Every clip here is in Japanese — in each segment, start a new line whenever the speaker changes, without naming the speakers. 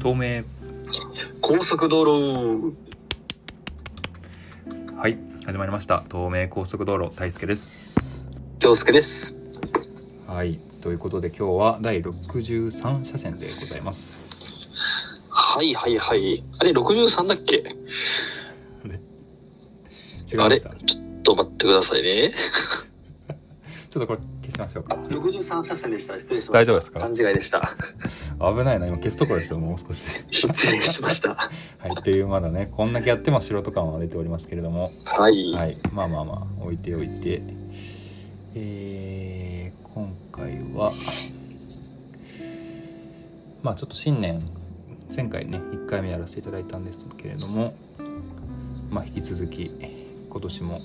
透明
高速道路
はい始まりました透明高速道路大輔です
京介です
はいということで今日は第63車線でございます
はいはいはいあれ63だっけ
違い
あ
ま
れ
し
ちょ
たちょ
っと待ってくださいね
っとこれ消しましょうか
63車線でした失礼し
ました大丈夫ですか
勘違いでした
危ないな今消すところでしょもう少し
失礼しました
はいというまだねこんだけやっても素人感は出ておりますけれども
はい、
はいまあまあまあ置いておいてえー、今回はまあちょっと新年前回ね1回目やらせていただいたんですけれどもまあ引き続き今年も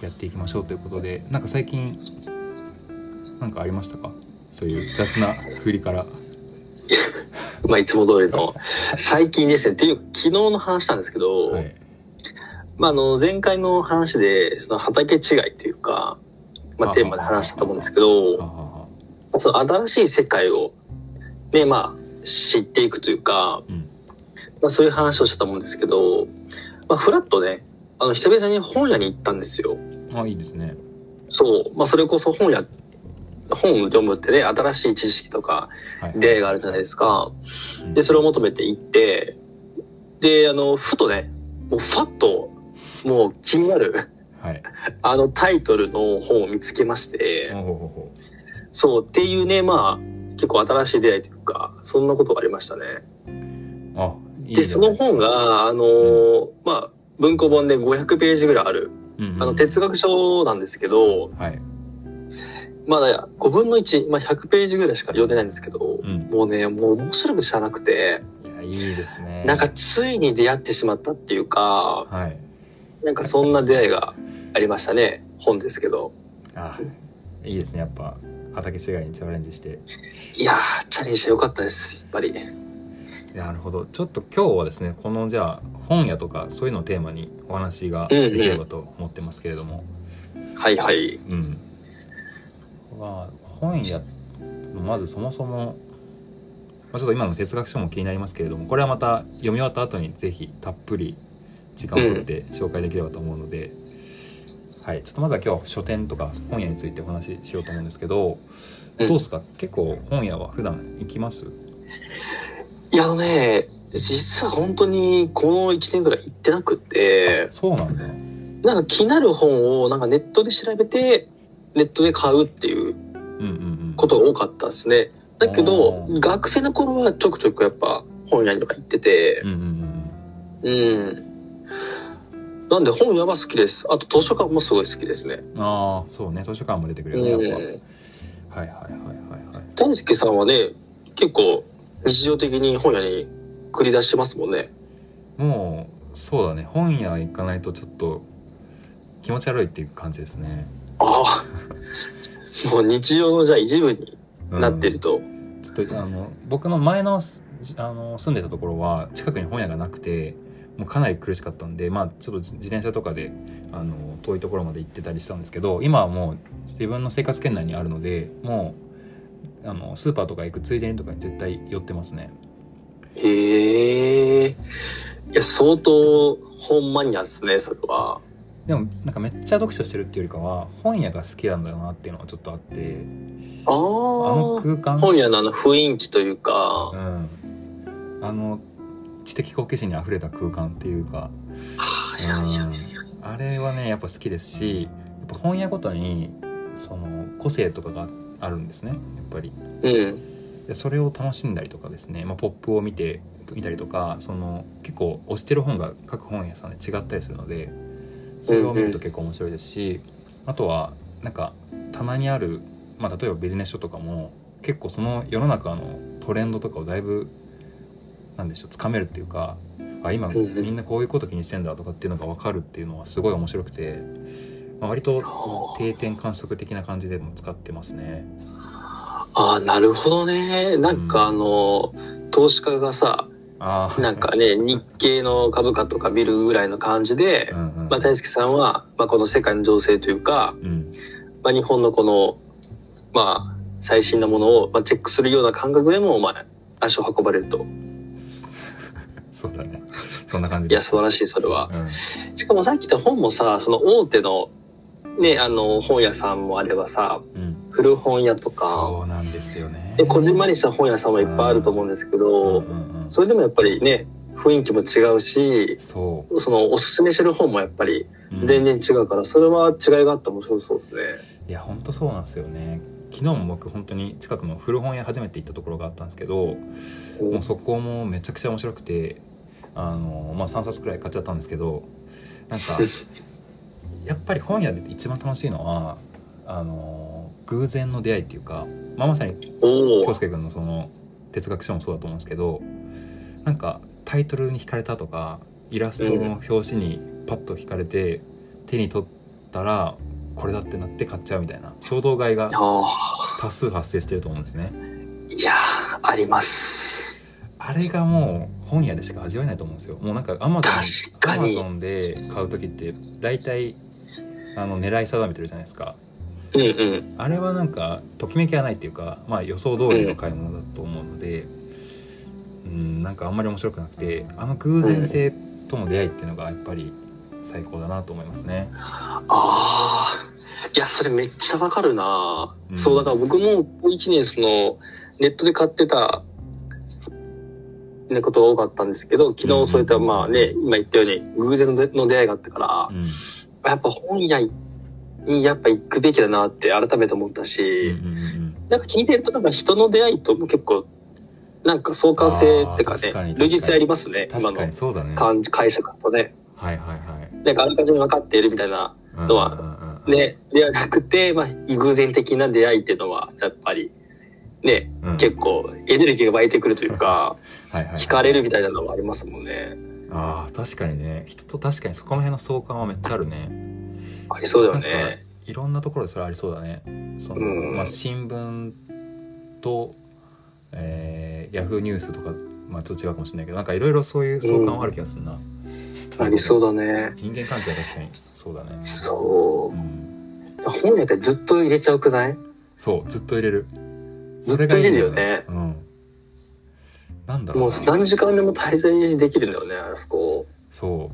やっていきましょうということでなんか最近なんかありましたかそういう雑な振りから
まあいつも通りの最近ですねっていう昨日の話なんですけど、
はい
まああの前回の話でその畑違いというかま
あ
あ、テーマで話したと思うんですけど、
ああ
その新しい世界を、ね、まあ、知っていくというか、
うん
まあ、そういう話をしたと思うんですけど、まあ、フラッとね、あの、久々に本屋に行ったんですよ。
ああいいですね
そう。まあ、それこそ本屋、本を読むってね、新しい知識とか、
はい
出会いがあるじゃないですか。
うん
で、それを求めて行って、で、あの、ふとね、もう、ファッと、もう、気になる、
はい
あの、タイトルの本を見つけまして、
ほうほうほうほ
そうっていうね、まあ、結構新しい出会いというか、そんなことがありましたね。
うあいい
で、
じゃ
そ
ない
の
ですか
本が、あのーまあ、文庫本で500ページぐらいある、
うんうん
あの、哲学書なんですけど、
はい
まだ5分の1、まあ、100ページぐらいしか読んでないんですけど、
うん
もうね、もう面白く知らなくて、
いや、いいですね。
なんか、ついに出会ってしまったっていうか、
はい。
なんかそんな出会いがありましたね。本ですけど。
あ、いいですね。やっぱ、畑違いにチャレンジして。
いやー、チャレンジしてよかったです、やっぱり。
なるほど。ちょっと今日はですね、このじゃあ、本屋とかそういうのをテーマにお話ができればと思ってますけれども。
はいはい。
うん。まあ、本屋、まずそもそも、まあ、ちょっと今の哲学書も気になりますけれども、これはまた読み終わった後にぜひたっぷり時間を取って紹介できればと思うので、はい、ちょっとまずは今日書店とか本屋についてお話ししようと思うんですけど、
うん
どうですか結構本屋は普段行きます
いや、あのね、実は本当にこの1年ぐらい行ってなくって、
そうなんだ。
なんか気になる本をなんかネットで調べて、ネットで買うってい
うんうん
う
うん。
ことが多かったですね。だけど
あ、ー
学生の頃はちょくちょくやっぱ本屋にとか行ってて
う、んうんうん
うん。なんで本屋は好きです。あと図書館もすごい好きですね。
うん。ああ、そうね。図書館も出てくるよね、やっ
うん。
ぱ。はいはいはいはいはい。
大輔さんはね、結構日常的に本屋に繰り出してますもんね。
もうそうだね本屋行かないとちょっと気持ち悪いっていう感じですね、
ああ。 もう日常のじゃあ一部に
うん
なってると。
ちょっとあの僕の前のすあの住んでたところは近くに本屋がなくてもうかなり苦しかったんでまあちょっと自転車とかであの遠いところまで行ってたりしたんですけど今はもう自分の生活圏内にあるのでもうあのスーパーとか行くついでにとかに絶対寄ってますね
へえ。いや、相当本マニアですね、それは。
でもなんかめっちゃ読書してるっていうよりかは本屋が好きなんだなっていうのはちょっとあって
あ
あの
あ。
空間
本屋のあの雰囲気というか、
うん、あの知的好奇心にあふれた空間っていうか、
はいはいはいはい
うん、あれはねやっぱ好きですしやっぱ本屋ごとにその個性とかがあるんですねやっぱり
うん。
でそれを楽しんだりとかですね、まあ、ポップを見て見たりとかその結構推してる本が各本屋さんで違ったりするのでそれを見ると結構面白いですし、あとはなんか棚にある、まあ、例えばビジネス書とかも結構その世の中のトレンドとかをだいぶなんでしょうつかめるっていうかあ今
うんうん
みんなこういうこと気にしてんだとかっていうのが分かるっていうのはすごい面白くて、まあ、割と
あ
定点観測的な感じでも使ってますね。
あ、なるほどね。なんかあの、投資家がさ、
あー
なんかね、日経の株価とか見るぐらいの感じで、
うんうん
まあ、大輔さんは、まあ、この世界の情勢というか、
うん
まあ、日本のこの、まあ、最新のものを、まあ、チェックするような感覚でも、まあ、足を運ばれると。
そうだねそんな感じ
い
で
や、
す
素晴らしい、それは。
うん
しかもさっき言った本もさ、その大手の、ね、あの、本屋さんもあればさ、
うん、
古本屋とか、
そうなんですよね
で、こじんまりした本屋さんもいっぱいあると思うんですけど、
うんうんうん
それでもやっぱりね、雰囲気も違うし、
そ
その、おすすめしてる本もやっぱり
う、うん
全然違うから、それは違いがあって面白そうですね。
いや本当そうなんですよね昨日も僕本当に近くの古本屋初めて行ったところがあったんですけど
う
も
ん
うそこもめちゃくちゃ面白くてあの、まあ、3冊くらい買っちゃったんですけどなん かやっぱり本屋で一番楽しいのはあの偶然の出会いっていうか、まあ、まさに
お
京
お。
介君のその哲学書もそうだと思うんですけどなんかタイトルに惹かれたとかイラストの表紙にパッと惹かれて、手に取ったらこれだってなって買っちゃうみたいな衝動買いが
あ
多数発生してると思うんですね。
ーいやー、あります。
あれがもう本屋でしか味わえないと思うんですよもうなんかアマゾ
確
ンア
か
マ
に
ゾンで買う時って大体あの狙い定めてるじゃないですか
うんうん。
あれはなんかときめきはないっていうか、まあ、予想通りの買い物だと思うので、うん、なんかあんまり面白くなくてあの偶然性との出会いっていうのがやっぱり最高だなと思いますね。
ああ。いや、それめっちゃわかるな、
うん
そう、だから僕もここ1年その、ネットで買ってた、ね、ことが多かったんですけど、昨日そういった、
うん
まあね、今言ったように、偶然の出の出会いがあったから
う、ん
やっぱ本屋にやっぱ行くべきだなって改めて思っ
う
た
んう
し、
んうん
なんか聞いてるとなんか人の出会いとも結構、なんか相関性って
あー確か
か
に
ね、類似性ありますね、今
確か
の
にそうだね。は
感解釈とね。
いはいはい。
なんかあらかじめ分かっているみたいな
うん
のは
うんうんうん
ね、ではなくて、まあ、偶然的な出会いっていうのは、やっぱり、ね、
うん
結構エネルギーが湧いてくるというか、
はいはいはい
惹かれるみたいなのはありますもんね。
あー確かにね人と確かにそこの辺の相関はめっちゃあるね
ありそうだよ
なん
ね。
いろんなところでそれありそうだねその、
うん
まあ、新聞と、えー、ヤフーニュースとか、まあ、ちょっと違うかもしれないけどなんかいろいろそういう相関はある気がするな、
ありそううだね。
人間関係は確かにそうだね、
そうう。
ん、
本屋ってずっと入れちゃうくない
そうずっと入れる
ずっと入れるよね
そがいいんだうんなんだろ
も
う
う
な
何時間でも滞在できるんだよね、あそこ。
そ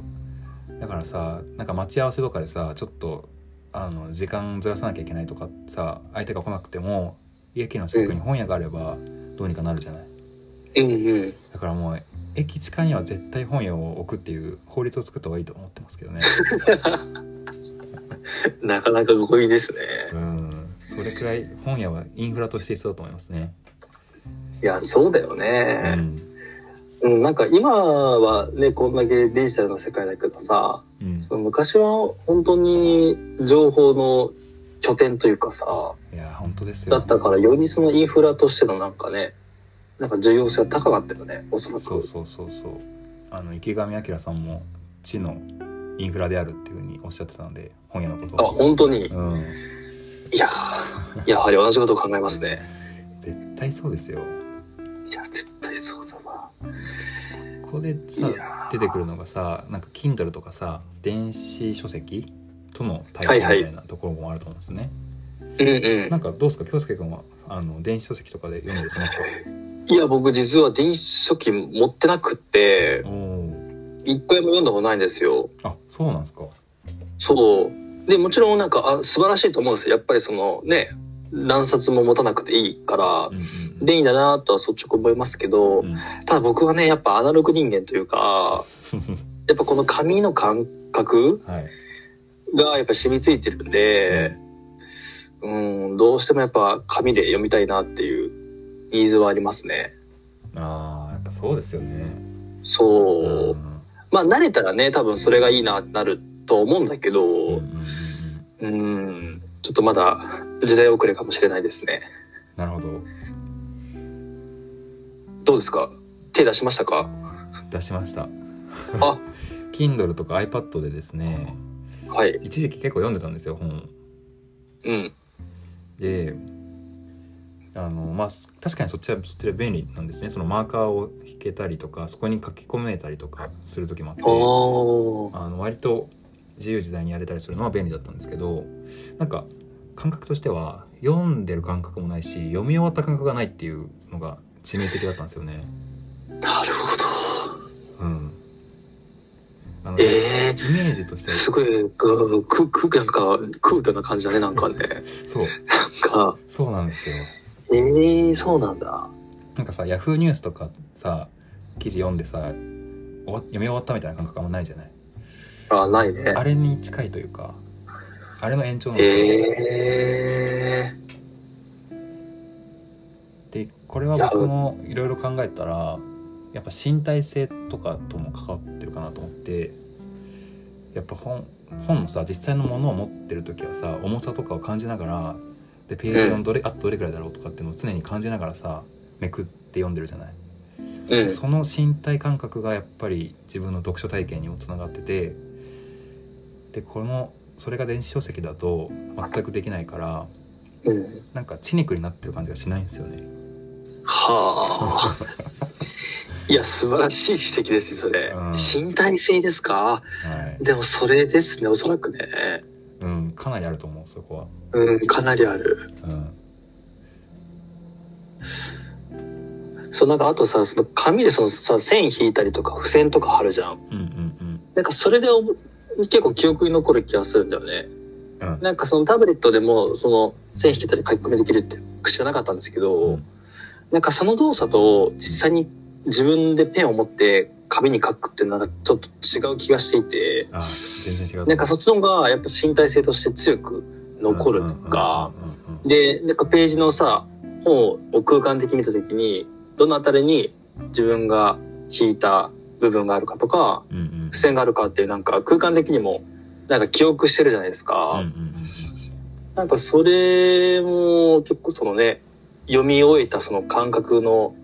うだからさなんか待ち合わせとかでさちょっとあの時間ずらさなきゃいけないとかさ相手が来なくても駅の近くに本屋があればどうにかなるじゃない、
うんうん。
だからもう駅地下には絶対本屋を置くっていう法律を作った方がいいと思ってますけどね
なかなか強引ですね。
うんそれくらい本屋はインフラとして必要だと思いますね、
いや、そうだよ
う
ね。
ん
うん、なんか今はね、こんだけデジタルの世界だけどさ、
うん、
その昔は本当に情報の拠点というかさ、
いや本当ですよ
だったからよりそのインフラとしてのなんかね、なんか重要性は高かったよね、おそらく。
そうそうそうそうあの池上彰さんも地のインフラであるっていうふうにおっしゃってたので本屋のこと
あ、本当に。
うん
いやー、やはり同じことを考えますね。
絶対そうですよ
いや、絶対そうだな。
ここで
い
さ
や
出てくるのがさなんか Kindle とかさ電子書籍との対抗みたいなところもあると思うんですね、
ーうん
なんかどうですか京介君はあの電子書籍とかで読んだりしますか
うん。いや、僕実は電子書籍持ってなくって
お、ー
一回も読んだことないんですよ。
あそうなんですか
そう。で、もちろんなんか、あ素晴らしいと思うんですよ。やっぱりそのね、何冊も持たなくていいから
うん、うん
便利だなとは率直思いますけど、
うん
ただ僕はね、やっぱアナログ人間というか、やっぱこの紙の感覚
はい
がやっぱ染みついてるんで、うん、どうしてもやっぱ紙で読みたいなっていうニーズはありますね。
あーやっぱそうですよね
そうう。
ん
まあ慣れたらね、多分それがいいなってなると思うんだけ
うんうんう
ど、
ん
うん、ちょっとまだ時代遅れかもしれないですね。
なるほど
どうですか手出しましたか
出しました
あ
Kindle とか iPad でですね
はい。
一時期結構読んでたんですよ本を
うん。
であのまあ確かにそっちはそっちで便利なんですねそのマーカーを引けたりとかそこに書き込めたりとかする時もあって
おー。
あの割と自由自在にやれたりするのは便利だったんですけどなんか感覚としては読んでる感覚もないし読み終わった感覚がないっていうのが致命的だったんですよね。
なるほど。
うん、なので、
ええ
イメージとして
す
は
ごい、うんクー、クー、なんか、クールな感じだね、なんかね。
そう
なんか、
そうなんですよ
ええそうなんだ。
なんかさヤフーニュースとかさ記事読んでさおわ読み終わったみたいな感覚あんまないじゃない
あ、ないね。
あれに近いというかあれの延長なんですよ、
ええ
でこれは僕もいろいろ考えたらやっぱ身体性とかとも関わってるかなと思ってやっぱ本本のさ実際のものを持ってる時はさ重さとかを感じながらでページのどれ、あとどれくらいだろうとかっていうのを常に感じながらさめくって読んでるじゃない、
うん。
その身体感覚がやっぱり自分の読書体験にもつながっててでこのそれが電子書籍だと全くできないから
うん。
なんか血肉になってる感じがしないんですよね
はあ。 いや、素晴らしい指摘ですね、それ。
うん
身体性です
は
か
い
でも、それですね、おそらくね。
うん、かなりあると思うそこは、
うん、かなりある。
うん、
そうなんかあとさその紙でそのさ線引いたりとか付箋とか貼るじゃん
うんうん
なんかそれでおぼ結構記憶に残る気がするんだよね
うんうん
なんかそのタブレットでもその線引いたり書き込みできるって口がなかったんですけど、
うん
なんかその動作と実際に自分でペンを持って紙に書くっていうのはなんかちょっと違う気がしていて
あ全然違う
なんかそっちの方がやっぱ身体性として強く残るとか、
うんうんうんうん
でなんかページのさ本を空間的に見た時にどのあたりに自分が引いた部分があるかとか
うんうんうん
付箋があるかっていうなんか空間的にもなんか記憶してるじゃないです
うん
か、
うんうん
なんかそれも結構そのね読み終えたその感覚の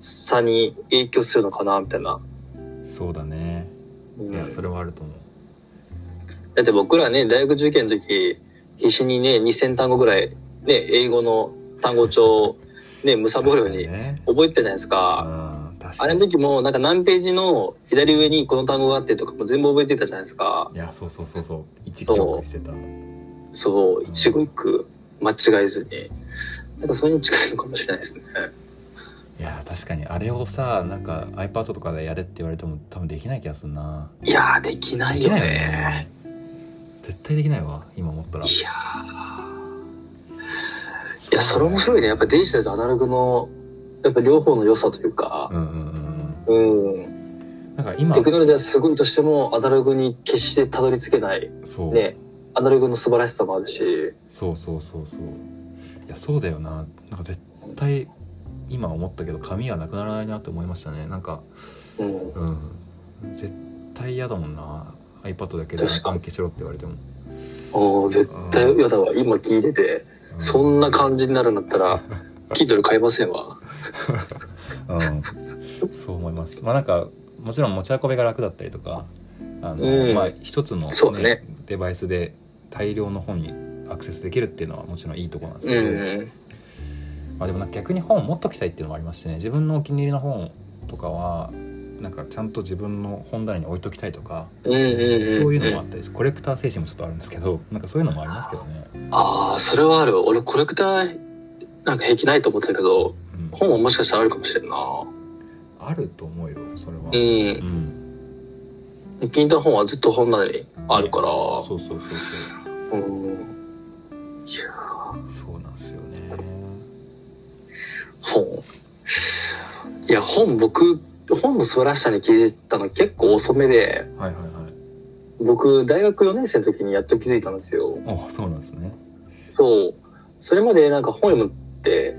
差に影響するのかなみたいな、
うんそうだね
うん
いやそれはあると思う
だって僕らね大学受験の時必死にね2,000単語ぐらいね英語の単語帳をねむさぼるように
確かね
覚えてたじゃないですか
うん確
あ
か
れの
に
時も、なんか何ページの左上にこの単語があってとかも全部覚えてたじゃないですか。
いやそうそうそうそう一記憶してたうん
そう、一語一句間違えずに。なんかそれに近いのかもしれないですね。
いや確かにあれをさなんか iPad とかでやれって言われても多分できない気がするない
やー、できない
でき
よ
ないよ
ね。
ね絶対できないわ今思ったら
いや
い
ー。いや、それ面白いね。やっぱデジタルとアナログの、やっぱ両方の良さというか
う、んうんうん
うん。
うんなんか今
テクノロジーはすごいとしても、アナログに決してたどり着けない。
そう
ね。アナログの素晴らしさもあるし。
そうそうそうそういやそうだよななんか絶対今思ったけど紙はなくならないなって思いましたねなんか
うん。
うん絶対嫌だもんな iPad だけで
確かに
暗記しろって言われても、
おー絶対嫌だわ。今聞いてて。
うん
そんな感じになるんだったら、Kindle 買いませんわ。
うん、そう思いますまあなんかもちろん持ち運びが楽だったりとかあの、
うん
まあ一つの、ね
そうだね
デバイスで大量の本にアクセスできるっていうのはもちろんいいところなんです
う
けど、
ん。
まあ、でもなんか逆に本を持っときたいっていうのもありましてね自分のお気に入りの本とかはなんかちゃんと自分の本棚に置いときたいとか、
うんうんうん。
そういうのもあったりしコレクター精神もちょっとあるんですけどなんかそういうのもありますけどね、
ああ、それはある。俺コレクター、なんか平気ないと思ってたけど、
うん、
本はもしかしたらあるかもしれんな。
あると思うよそれは、
う
うん
ん。気に入った本はずっと本棚にあるから。
そうそうそうそ
うん。いやー
うそうなんですよね
本。いや、本僕、本の素晴らしさに気づいたの結構遅めで、
はいはいはい
僕、大学4年生の時にやっと気づいたんですよ。
あそうなんですね
そう。それまでなんか本読むって、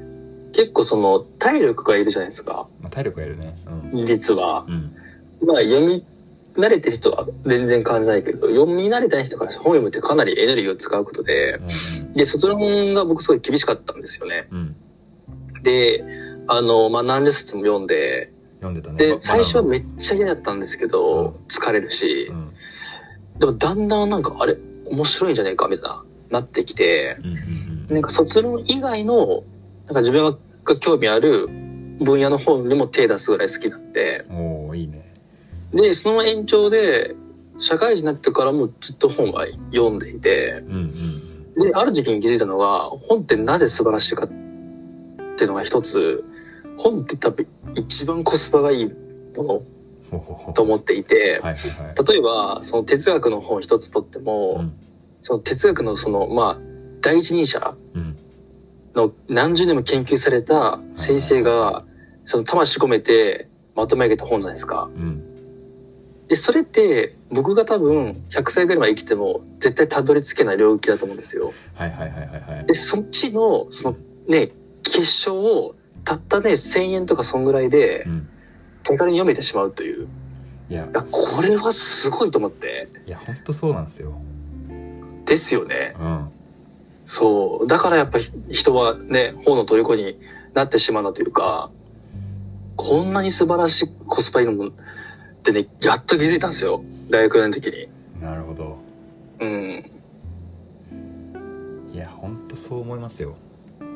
結構その体力がいるじゃないですか。
まあ、体力がいるねうん、
実は。
うん、
まあ読み慣れてる人は全然感じないけど、読み慣れてない人から本読むってかなりエネルギーを使うことで、で、卒論が僕すごい厳しかったんですよね。
うん、うん、
で、あの、まあ何十冊も読んで、
読んでたね
で、最初は
め
めっちゃ嫌だったんですけど、疲れるし
う、ん
でもだんだんなんかあれ、面白いんじゃないかみたいな、なってきて、
うんうんう
なんんか卒論以外の、なんか自分が興味ある分野の本にも手出すぐらい好きだって。
おおいいね
で、その延長で、社会人になってからもずっと本は読んでいて、
うんうん
で、ある時期に気づいたのが、本ってなぜ素晴らしいかっていうのが一つ、本って多分一番コスパがいいも
ほうほうほう
と思っていて、
はいはいはい
例えば、その哲学の本一つとっても、
うん
その哲学のその、まあ、第一人者
うん
の何十年も研究された先生が、その魂込めてまとめ上げた本じゃないですか。
うん
で、それって僕が多分100歳ぐらいまで生きても絶対たどり着けない領域だと思うんですよ。
はいはいはいはいはい
で、そっちの、そのね、結晶をたったね、1000円とかそんぐらいで
うん
手軽に読めてしまうという。
いや
いや、これはすごいと思って。
いや本当そうなんですよ
ですよね。
うん
そう。だからやっぱひ人はね、方の虜になってしまうなというか、こんなに素晴らしいコスパいいのもってね、やっと気づいたんですよ。大学の時に。
なるほど
うん。
いや本当そう思いますよ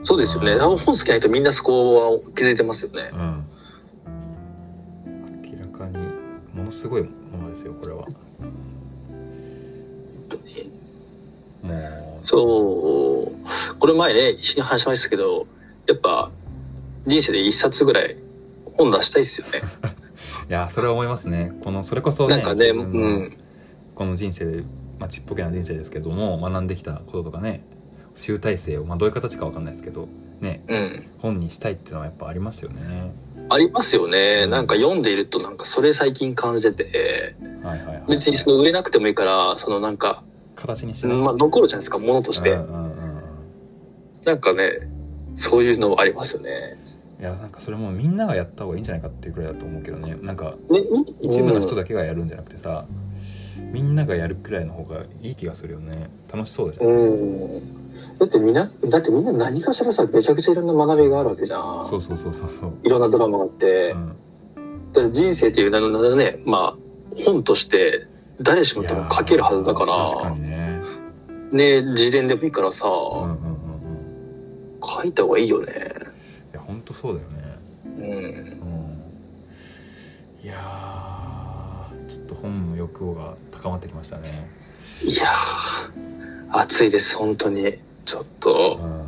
そうですよね。多分本好きな人みんなそこは気づいてますよね
う。ん明らかにものすごいものですよこれは
本当に
も
そう。これ前ね、一緒に話しましたけど、やっぱ人生で一冊ぐらい本出したいっすよね。
ういやそれは思いますねこのそれこそ
なんかね、
自
う
分の
ん。
この人生で、まあ、ちっぽけな人生ですけども学んできたこととかね集大成を、まあ、どういう形かわかんないですけどね
うん。
本にしたいっていうのはやっぱありますよね
ありますよね。なんか読んでいるとなんかそれ最近感じてて、
はいはいはい
別にその売れなくてもいいから、そのなんか、
形にしてね
まあ、残るじゃないですか、ものとして
う。んうんうんうん
なんかね、そういうのありますよね。
いやなんかそれもうみんながやった方がいいんじゃないかっていうくらいだと思うけどねなんか
ね、
一部の人
だ。
だけがやるんじゃなくてさ、みんながやるくらいの方がいい気がするよね楽しそうですよ
う
ね、
ん。だってみんな、だってみんな何かしらさ、めちゃくちゃいろんな学びがあるわけじゃん。
そうそうそうそうそう、
いろんなドラマがあって、
うん、
だから人生っていう名の名のね、まあ、本として、誰しも多分書けるはずだか
いや
ら
ー、確かにね
ね、自伝でもいいからさ、
うんうんうんうん
書いた方がいいよね。
いや本当そうだよね
うん。
うんいやーちょっと本の欲望が高まってきましたね、
いやー、熱いです、本当に。ちょっ
う
と。
ん、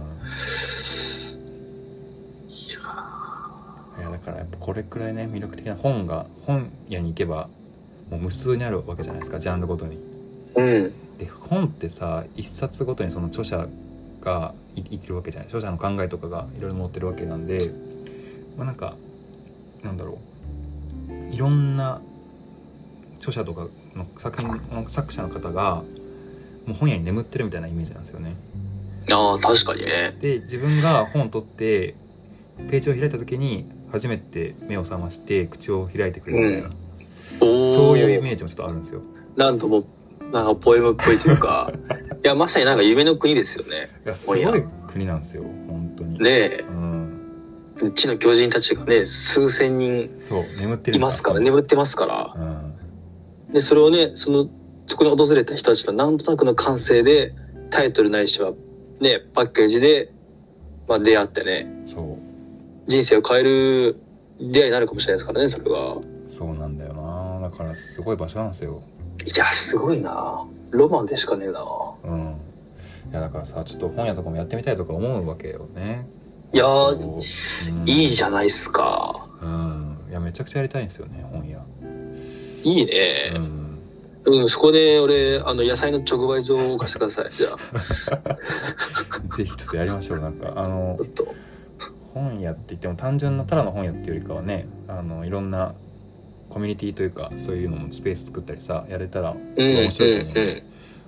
いや
いやだからやっぱこれくらいね魅力的な本が本屋に行けばもう無数にあるわけじゃないですかジャンルごとに。
うん。
で本ってさ一冊ごとにその著者がいいてるわけじゃない著者の考えとかがいろいろ載ってるわけなんで、まあ、なんかなんだろういろんな著者とかの作品の作者の方がもう本屋に眠ってるみたいなイメージなんですよね。
ああ、確かにね。
で自分が本を取ってページを開いた時に初めて目を覚まして口を開いてくれるみたいな。そういうイ
ージ。
メージもちょっとあるんですよ。
なんとも、なんかポエムっぽいとい うか、いや、まさになんか夢の国ですよね。
いやすごい国なんですよ本当に。
ね
うん、
え、地の巨人たちがね、数千人
そう眠ってるんで
いますから、。眠ってますから。
うん、
で、それをね、その、そこに訪れた人たちのなんとなくの感性で、タイトルないしは、ね、パッケージで、まあ出会ってね、
そ
人生を変える出会いになるかもしれないですからね、それが。
うそうなんだよなだからすごい場所なんですよ。
いや、すごいなロマンでしかねえな
うん、いやだからさちょっと本屋とかもやってみたいとか思うわけよね。
いやー
こううん、
いいじゃないっすか。
うん、いやめちゃくちゃやりたいんですよね本屋。
いいね。
うん
うん、そこで俺、あの、野菜の直売所を貸してください。じゃあ、
ぜひちょっとやりましょうなんかあの
ちょっと。
本屋って言っても単純なただの本屋っていうよりかはねあのいろんなコミュニティというかそういうのもスペース作ったりさやれたら
うん、
すご
うん
い、面白いと思う、
う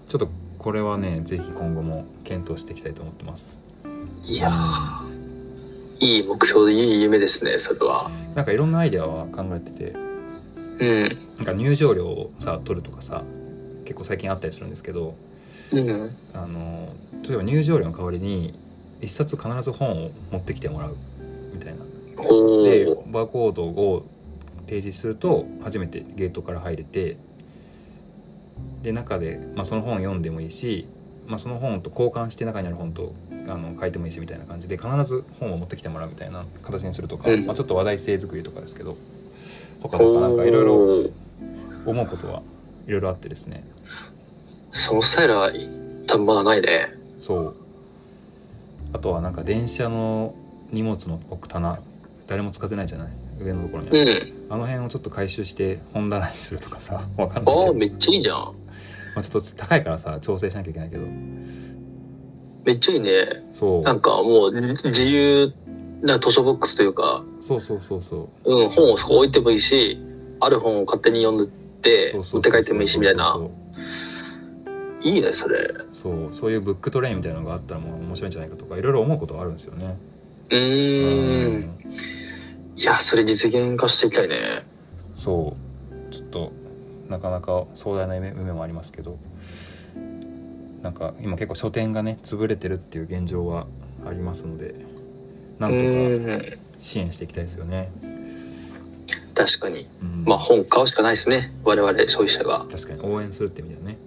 ちょっとこれはねぜひ今後も検討していきたいと思ってます
ん。いやーいい目標で、いい夢ですね、それは。
なんかいろんなアイデアは考えてて
うん。
なんか入場料をさ取るとかさ結構最近あったりするんですけど
うん。
あの例えば入場料の代わりに一冊必ず本を持ってきてもらうみたいな
お
で
ー。
バーコードを提示すると初めてゲートから入れてで中で、まあ、その本を読んでもいいし、まあ、その本と交換して中にある本とあの書いてもいいしみたいな感じで必ず本を持ってきてもらうみたいな形にするとか、
うん
まあ、ちょっと話題性作りとかですけどとかとかなん
お
かいろいろ
ー。
思うことはいろいろあってですね
そのスタイルは、多分まだないね。
そうあとはなんか電車の荷物の置く棚誰も使ってないじゃない上のところにあ
う
る、
ん。
あの辺をちょっと回収して本棚にするとかさ わかんないけ
ああ、
ど、ま
めっちゃいいじゃん。
あ、ちょっと高いからさ調整しなきゃいけないけど
めっちゃいいね。
そう
なんかもう、自由な図書ボックスというか、
そうそうそうそ
うん、本をそこ置いてもいいし、ある本を勝手に読んで
う
て、
そう
持
そうそう
って帰ってもいいし、みたいな
そ。う
いいね、それ。
そうそうそういうブックトレインみたいなのがあったらもう面白いんじゃないかとかいろいろ思うことはあるんですよね
う
う
ーん。いや、それ実現化していきたいね。
そうちょっとなかなか壮大な夢夢もありますけどなんか今結構書店がね潰れてるっていう現状はありますのでな
うん
とか
ん。
支援していきたいですよね。
確かに。
うん
まあ、本買うしかないですね。我々消費者が。
確かに応援するって意味だよね。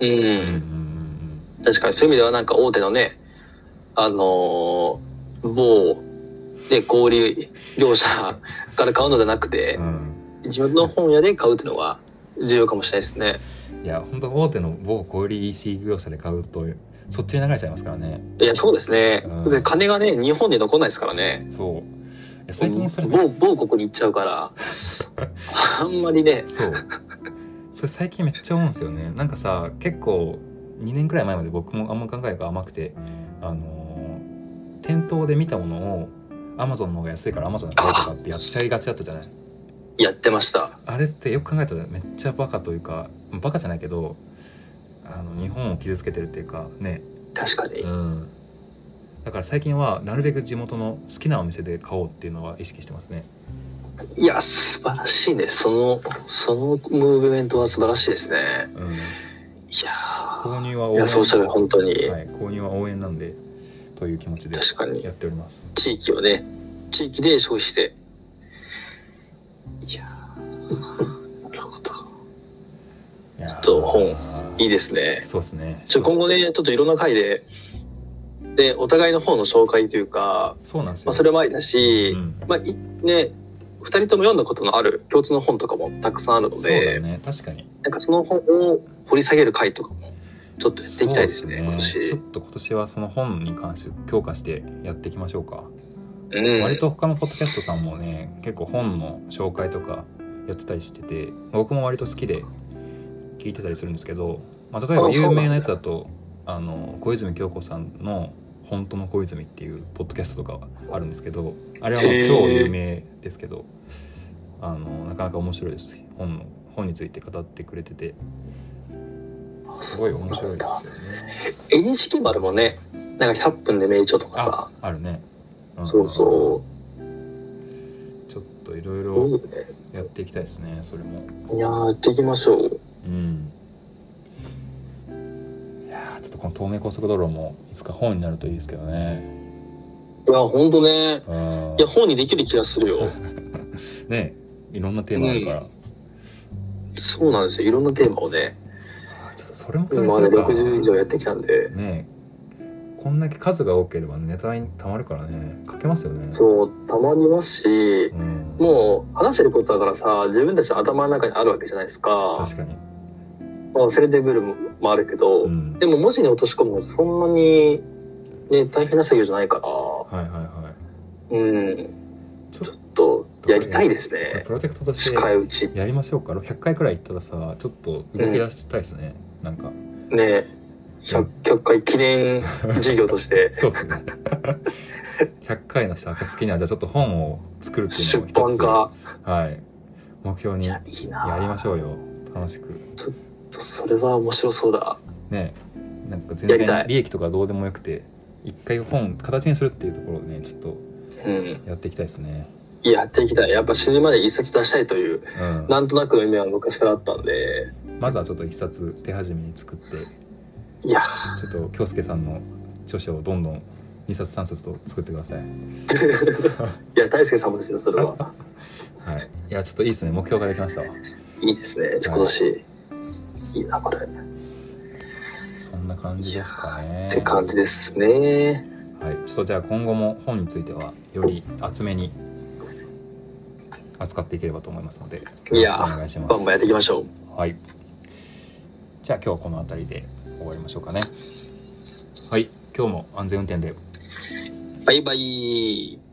う
うんうんうん
ん。確かにそういう意味ではなんか大手のね、あのー某、ね、小売業者から買うのじゃなくて
う、ん
自分の本屋で買うっていうのは重要かもしれないですね。
うんいや本当大手の某小売 EC 業者で買うとそっちに流れちゃいますからね。
いや、そうですね
うん。
で、金がね、日本に残んないですからね。
そういや最近それ
某、某国に行っちゃう から、あんまりね、
そうそれ最近めっちゃ思うんですよねなんかさ結構2年くらい前まで僕もあんま考えが甘くてあのー店頭で見たものをアマゾンの方が安いからアマゾンで買おうとかってやっちゃいがちだったじゃない
やってました。
あれってよく考えたらめっちゃバカというかバカじゃないけどあの日本を傷つけてるっていうかね
確かに
う。んだから最近はなるべく地元の好きなお店で買おうっていうのは意識してますね
いや、素晴らしいね。その、そのムーブメントは素晴らしいですね。
うん
いや
購
ー
入はい応援
や、そうしたら本当に、
はい、購入は応援なんでという気持ちで
確かに。
やっております
地域をね、地域で消費して。いやーなるほど。
いやー
ちょっと本いいですね。
そうですね
ちょ、今後ね、ちょっといろんな回で、で、お互いの方の紹介というか、
そうなんですよ、
まあ、それもありだし、
うん
まあ、いね、二人とも読んだことのある共通の本とかもたくさんあるの
そうだ
で、
ね確かに
なんかその本を掘り下げる回とかも、ちょっとやっていきたいですね、
そう
今
っすねちょ
年。
っと今年はその本に関して強化してやっていきましょうか、
うん。
割と他のポッドキャストさんもね結構本の紹介とかやってたりしてて僕も割と好きで聞いてたりするんですけど、まあ、例えば
あそ
有
うなんだ
名なやつだとあの小泉京子さんの「本当の小泉」っていうポッドキャストとかあるんですけどあれはもう
へー
超有名ですけどあのなかなか面白いです本の本について語ってくれててすごい面白いですよね。
NHK 丸もね、なんか100分で名著とか
あ
さ、
あるね。ん
そうそ。
ちょっといろいうろ
いいね
やっていきたいですねそれも。
いやー、やっていきましょう。
うんいやーちょっとこの東名高速道路もいつか本になるといいですけどね
いや、ほんとね。
うん
いや、本にできる気がす るよ。
ねいろんなテーマあるから、
そうなんですよ。いろんなテーマをね、
あちょっとそれも
今ま
す
で
るか
60以上やってきたんで、
ねこんだけ数が多ければネタにたまるからね書けますよねう、
そう、たまりますし、
ん、
もう話してることだからさ、自分たちの頭の中にあるわけじゃないですか。
確かに、
まあ、セレテブルもあるけど、
うん、
でも文字に落とし込むのそんなに、ね、大変な作業じゃないから、
はいはいはい
うん、
ちょっ
と、やりたいです
と
ね。
プロジェクトとして
近いうち。
やりましょうか100回くらいいったらさちょっと動き出したいですね、なんか
ね、100, 100回記念事業として、
そうですね。100回のした暁には、じゃあちょっと本を作るっていう
出
のを一つ、
版化。
はい、目標に
い
や
や、いいな
りましょうよ。楽しく。
それは面白そうだ。
ね、なんか
や
全
りた
然
い
利益とかどうでもよくて、一回本、形にするっていうところをね、ちょっと
うん。
やっていきたいですね。
やっていきたい。やっぱ死ぬまで一冊出したいという、
うん、
なんとなくの夢は昔からあったんで、
まずはちょっと一冊手始めに作って、
いや、
ちょっと京介さんの著書をどんどん2冊3冊と作ってください。
いや、大輔さんもですよ、それは。
はい、いや、ちょっといいですね。目標ができましたわ。
いいですね、今年。いいな、これ。っ
そんな感じですかね。
て感じですね。
はい、ちょっとじゃあ今後も本についてはより厚めに扱っていければと思いますのでよろ
い
し
や
くお願いします。
バンバンやっていきましょう。
はい。じゃあ今日はこの辺りで終わりましょうかね。はい、今日も安全運転で。
バイバイ。